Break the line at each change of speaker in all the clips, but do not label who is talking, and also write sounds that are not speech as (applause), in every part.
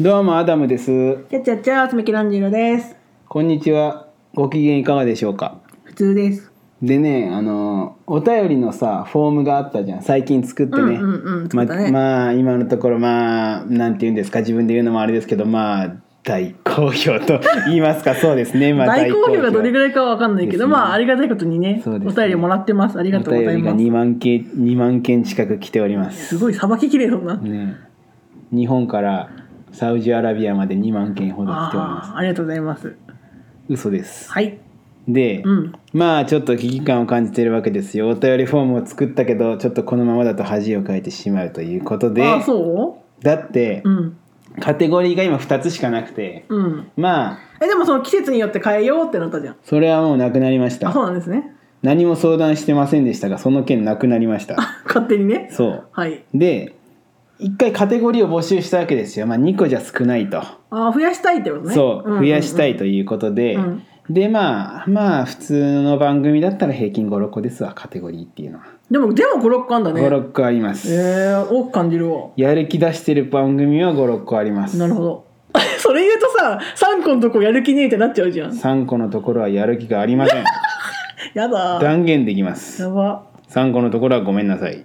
どうもアダムです。
やっちゃっちゃー、つめきらんじろです。
こんにちは。ご機嫌いかがでしょうか。
普通です。
でね、あのお便りのさフォームがあったじゃん。最近作ってね。
うんうんうん作ったね
ままあ今のところまあなんて言うんですか自分で言うのもあれですけどまあ大好評
(laughs)
と言いますかそうですね。まあ
大好評がどれぐらいかはわかんない
で
け
す
ど、
ね
まあありがたいことにね、
そうですね
お便りもらってます。ありがとうござい
お
ま
便り
す。
が2万件2万件近く来ております。
すごいさばききれいだな。
ね。日本からサウジアラビアまで2万件ほど来ております。
ああー、ありがとうございます。
嘘です。
はい。
で、
うん
まあちょっと危機感を感じてるわけですよお便りフォームを作ったけどちょっとこのままだと恥をかいてしまうということで
ああ、そ
だって、
ううん。
カテゴリーが今2つしかなくて
うん。
まあ
え、でもその季節によって変えようってなったじゃん。
それはもうなくなりまし
あ、そう
た
なんですね。 (laughs)
何も相談してませんでしたがその件なくなりました
勝手にね。
そう
はい。
で1回カテゴリーを募集したわけですよ、まあ、2個じゃ少ないと。
ああ、増やしたいってことね。
そう増やしたいと
い
いうことで、
うん
でまあまあ普通の番組だったら平均56個ですわカテゴリーっていうのは、
でも、でも5、6個あんだね。
56個あります、
ええ多く感じるわ。
やる気出してる番組は56個あります
なるほど。 (laughs) それ言うとさ、3個のとこやる気ねえってなっちゃうじゃん。
3個のところはやる気がありま
(laughs)
せん
やだー。
断言できます
やば。
3個のところはごめんなさい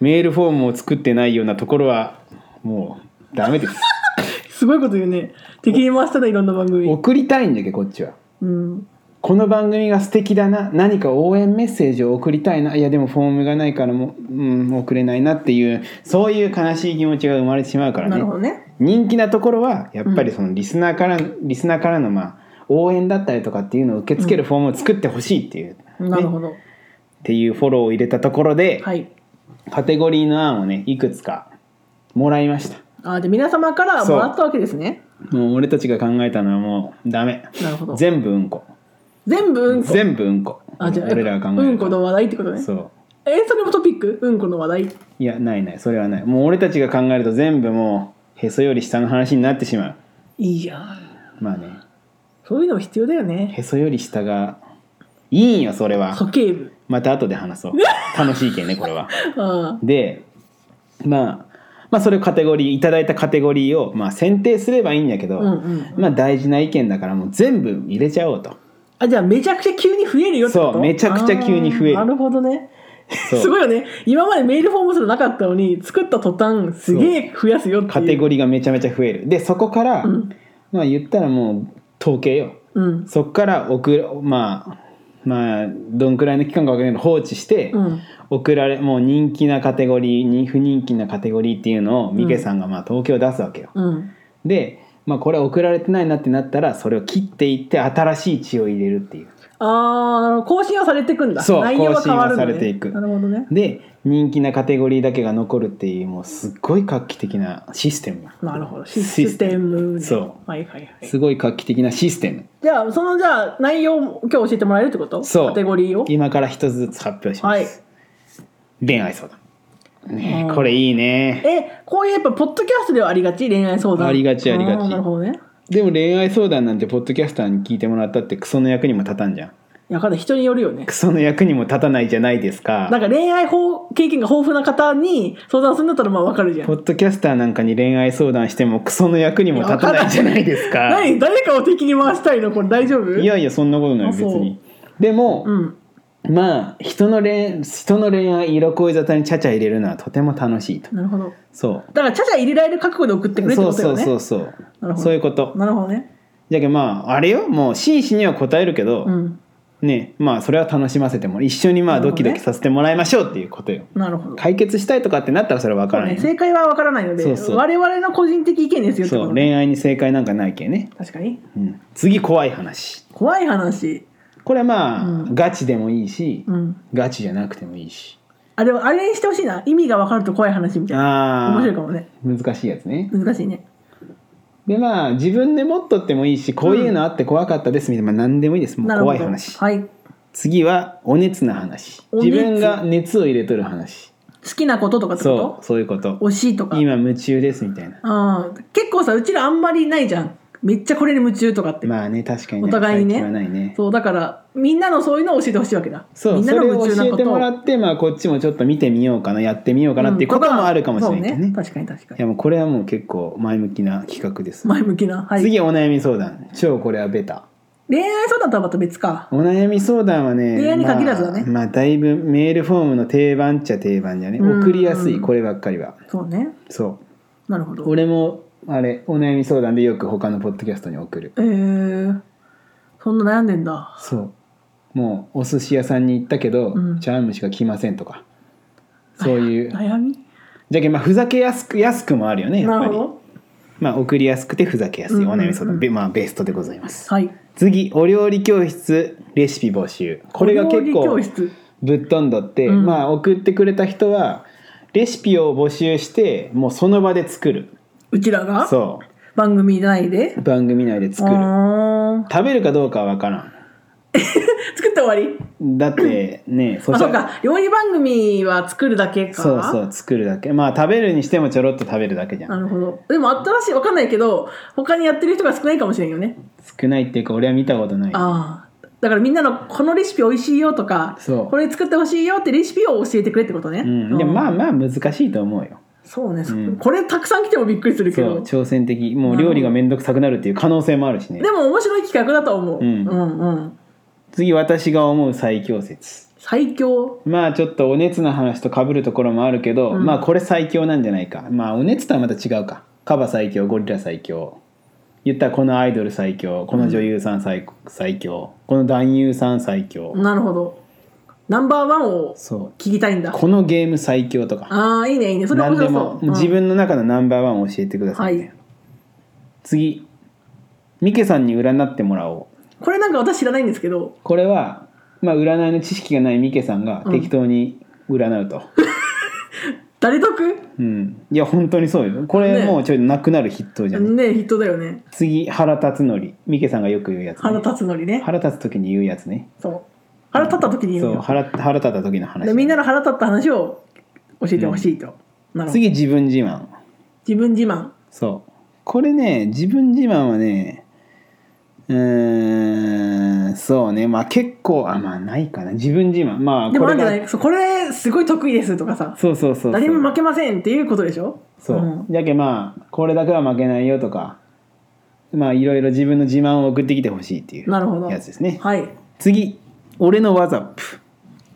メールフォームを作ってないようなところはもうダ
(laughs)
メです
すごいこと言うね。敵に回したね、いろんな番組。
送りたいんだけどこっちは
うん。
この番組が素敵だな何か応援メッセージを送りたいないやでもフォームがないからもう、うん、送れないなっていうそういう悲しい気持ちが生まれてしまうからね
なるほどね。
人気なところはやっぱりそのリスナーから、リスナーからのまあ応援だったりとかっていうのを受け付けるフォームを作ってほしいっていう、
なる
ね
ほど。
っていうフォローを入れたところで、
はい。
カテゴリーの案をねいくつかもらいました
あ、で、皆様から
そう
もらったわけですね。
もう俺たちが考えたのはもうダメ
なるほど。
全部うんこ
全部うんこ。
全部うんこ
あ、じゃあ、
俺らが考えた
うんこの話題ってことね。
そう
え、それもトピックうんこの話題。
いやないないそれはないもう俺たちが考えると全部もうへそより下の話になってしまう
いいじゃん。
まあね
そういうのも必要だよね。
へそより下がいいんよそれは
鼠径部。
また後で話そう楽しいけんねこれは
あ
で、まあ、まあそれをカテゴリーいただいたカテゴリーを、まあ、選定すればいいんやけど、
うんうん
まあ、大事な意見だからもう全部入れちゃおうと
あ、じゃあ、めちゃくちゃ急に増えるよってこと
そうめちゃくちゃ急に増える
あーなるほどね。
そう
すごいよね。今までメールフォームすらなかったのに、作った途端、すげえ増やすよっていう。
カテゴリーがめちゃめちゃ増えるでそこから、
うん
まあ言ったらもう統計よ
うん。
そこから送るまあまあどんくらいの期間か分かんないけど放置して、
うん。
送られもう人気なカテゴリーに不人気なカテゴリーっていうのをミケさんがまあ統計を出すわけよ、
うん。
で、まあ、これ送られてないなってなったらそれを切っていって新しい血を入れるっていう
ああ、なるほど。更新はされていくんだ。
そう
内容は変わるんだ、ね、
更新はされていく
なるほどね。
で人気なカテゴリーだけが残るっていうもうすっごい画期的なシステム
なるほど。システム、ね。
そ
はいはいは
う
い。
すごい画期的なシステム
じゃあ、そのじゃあ、内容を今日教えてもらえるってこと
そう
カテゴリーを。
今から一つずつ発表します、
はい
恋愛相談ね
うん
これいいね
え、こういうやっぱ、ポッドキャストではありがち恋愛相談。
ありがちありがち
ーなるほどね。
でも恋愛相談なんてポッドキャスターに聞いてもらったってクソの役にも立たんじゃん
いや、かなり人によるよね
ク。ソの役にも立たないじゃないですか
なんか恋愛法経験が豊富な方に相談するんだったらまあわかるじゃ
ポ
ん。
ッドキャスターなんかに恋愛相談してもクソの役にも立たないじゃないですか
何誰かを敵に回したいのこれ大丈夫
いやいやそんなことない
あ
別
そう
にでも、
うん。
まあ人の恋人の恋愛色恋沙汰にちゃちゃ入れるのはとても楽しいと
なるほど。
そ
だから、ちゃちゃ入れられる覚悟で送って
う、
くれっ
そ
て
う
こと
そ
よ
う
ね。
そうそう
なるほど
そういうこと
なるほどね。
じゃけまああれよもう真摯には答えるけど、
うん。
ねまあそれは楽しませても一緒にまあ
なる
ド
ほ
キ
どね
ドキさせてもらいましょうっていうことよ
なるほど。
解決したいとかってなったらそれは分からない、
ね、正解はわからないので
そうそう
我々の個人的意見ですよって
そ
こ
う
とね
恋愛に正解なんかないけね、
確かに
うん、次怖い話
怖い話、
これはまあ、
うん
ガチでもいいし、
うん、
ガチじゃなくてもいいし
あれあれにしてほしいな意味がわかると怖い話みたいな
ああ
面白いかもね
難しいやつね
難しいね
でまあ自分で持っとってもいいしこういうのあって怖かったですみたいな、まあ、何でもいいですも
な
う
るほ
怖
ど
い話
はい好
次はお熱な話
お
自
熱
分が熱を入れとる話
きなこととかって
そ
こ
うそういうこと
と推しいとか
今夢中ですみたいな
うん結構さうちらあんまりないじゃんめっちゃこれに夢中とかって、
まあね確かに、ね、
お互いにね
最近はないね
そうだからみんなのそういうのを教えてほしいわけだ
そう
みん
そ
なの
れ
夢
を
中な
教え
こ
て
と
もらって、まあ、こっちもちょっと見てみようかなやってみようかなっていうこともあるかもしれないけどね,、
うんとかそうね確かに確
い
かに
やもうこれはもう結構前向きな企画です、
前向きなはい
次お悩み相談超これはベタ
恋愛相談とはまた別か
お悩み相談はね
恋愛に限らずだね
まあ、まあだいぶメールフォームの定番っちゃ定番じゃね
うん
送りやすいこればっかりは
そうね
そ
なるほ
う
ど
俺もあれお悩み相談でよく他のポッドキャストに送る
えー、そんな悩んでんだ
そうもうお寿司屋さんに行ったけど、
うん
茶碗蒸しが来ませんとかそういう
悩み
じゃけんまあふざけやすく安くもあるよねや
な
っぱ
る
り
ほど
まあ送りやすくてふざけやすい、
うんうんうん
お悩み相談べまあベストでございます
はい
次お料理教室レシピ募集これが結
お料
構
理教室
ぶっ飛んどって、
うん
まあ送ってくれた人はレシピを募集してもうその場で作る
うちらが
そ
番組内で
う番組内で作る
あー
食べるかどうかは分から
作って終わり
んだ
(clears throat)
ってねそ
あ
し
そう
たら
か料理番組は作るだけか
そうそう作るだけまあ食べるにしてもちょろっと食べるだけじゃ
なんるほどでも新しいわかんないけど他にやってる人が少ないかもしれんよね
少ないっていうか俺は見たことない
ああだからみんなのこのレシピ美味しいよとか
そう
これ作ってほしいよってレシピを教えてくれってことね、
うん、でもまあまあ難しいと思うよ
そうね、そ
うん
これたくさん来てもびっくりするけ
そう
ど
挑戦的もう料理が面倒くさくなるっていう可能性もあるしね
でも面白い企画だと思う、
うん
うんうん
次私が思う最強説
最強
まあちょっとお熱の話とかぶるところもあるけど、
うん
まあこれ最強なんじゃないかまあお熱とはまた違うかカバ最強ゴリラ最強言ったらこのアイドル最強この女優さん最,、最強この男優さん最強、
なるほどナンバーワンを
そう
聞きたいんだ
このゲーム最強とか
ああいいねいいねそれ面
何
白
で
そう
も
うん
自分の中のナンバーワンを教えてください、
はい
次ミケさんに占ってもらおう
これなんか私知らないんですけど
これは、まあ、占いの知識がないミケさんが
うん
適当に占うと、
誰得
うんいや本当にそうよこれ
ね
もうちょいなくなる筆頭じゃん、
ねヒットだよね
次腹立つのりミケさんがよく言うやつ、ね、
腹立つのりね
腹立つ時に言うやつね
そう腹立った時に言う
そ
の
う
よ
腹腹立った時の話
でみんなの腹立った話を教えてほしいと、なるほど
次自分自慢
自分自慢
そうこれね自分自慢はねうーんそうねまあ結構あまあないかな自分自慢まあ
でも
こ
ある
れ
んじゃない
が
そうこれすごい得意ですとかさ
そうそうそうそう
誰にも負けませんっていうことでしょ
そう、
ん
じゃけまあこれだけは負けないよとかまあいろいろ自分の自慢を送ってきてほしいっていう
なるほど
やつですね
はい
次俺のワザップ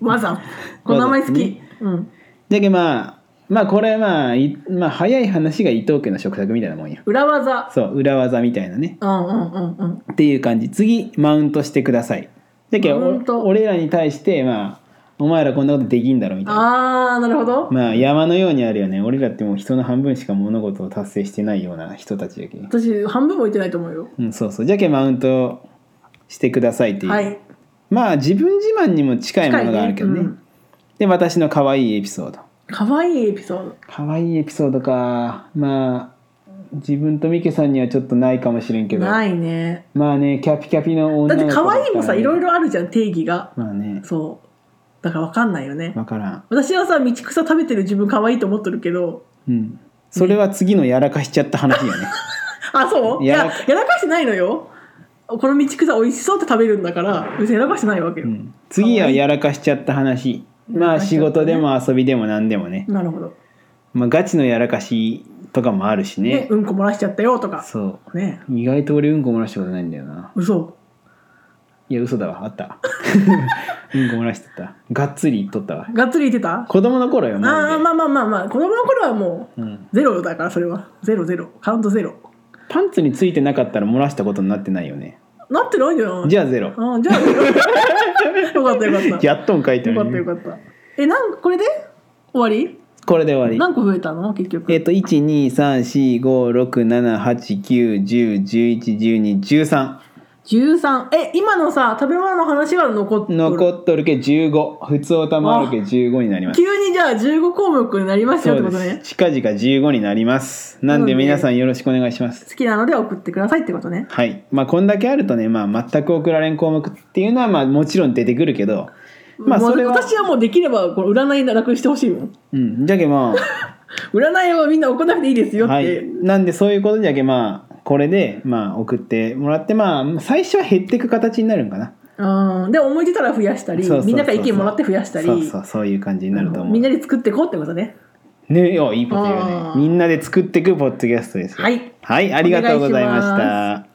まずはこの名前好
まず
き、うん、
じゃけまあまあこれはまあいまあ早い話が伊藤家の食卓みたいなもんや
裏技
そう裏技みたいなね
うんうんうんうん
っていう感じ次マウントしてくださいだけど
マウント
お俺らに対してまあお前らこんなことできんだろみたいな
あーなるほど
まあ山のようにあるよね俺らってもう人の半分しか物事を達成してないような人たちやけん
私半分もいてないと思うよ
うんそうそうじゃけマウントしてくださいっていう、
はい
まあ自分自慢にも近いものがあるけどね
近いねうん
で私の可愛いエピソード
かわいいエピソード
可愛いエピソードかまあ自分とミケさんにはちょっとないかもしれんけど
ないね
まあねキャピキャピの
だ
女
っ
の
て
子
可愛いもさいろい
ろ
ろあるじゃん定義が
まあね
そうだから分かんないよね
分からん
私はさ道草食べてる自分可愛いと思っとるけど
うんそれは次のやらかしちゃった話
(laughs)
よね
あそうい
や
や
ら
やらかしてないのよこの道草美味しそうって食べるんだから別にやらかしてないわけよ、
うん次はやらかしちゃった話まあ仕事でも遊びでも何でもね、
なるほど
まあ、ガチのやらかしとかもあるし
ね
ね
うんこ漏らしちゃったよとか
そ
ね
う意外と俺うんこ漏らしたことないんだよな
嘘
いや嘘だわあった (laughs) うんこ漏らしてたがっつり言っとったわ
がっつり言ってたあ
子供の頃よ
あ
マジで
ーまあまあまあまあ子供の頃はもう
うん、
ゼロだからそれはゼロゼロカウントゼロ
パンツについてなかったら漏らしたことになってないよね
なってないんじゃない
じゃあゼロ
あじ (laughs) ゃあよかったよかった
やっとん書いて
よ
あ
かっ
る
た
ね、
よかった。え、なんこれで終わり
これで終わり
何個増えたの結局。
えっと12345678910111213
13。え、今のさ、食べ物の話は残っとる
残っとるけ15普通おたまあるけ15になります
急にじゃあ15項目になりますよってことね。
近々15になりますなんで皆さんよろしくお願いします
好きなので送ってくださいってことね。
はいまあこんだけあるとね、まあ、全く送られん項目っていうのはまあもちろん出てくるけどまあ
もう
それは
私はもうできればこの占い楽してほしいもん。
うんじゃけまあ
占いはみんな行わなくていいですよって。
はい、なんでそういうことじゃけまあこれでまあ送ってもらってまあ最初は減っていく形になるんかな
うんで思い出たら増やしたり
そうそうそうそう
みんなから意見もらって増やしたり
そうそうそういう感じになると
あ
思
の
う
みんなで作っていこうってことね
ねいやいいこと言う
あ
ね
ー
みんなで作っていくポッドキャストですよ
はい
はい、ありがとうございまし
お願いした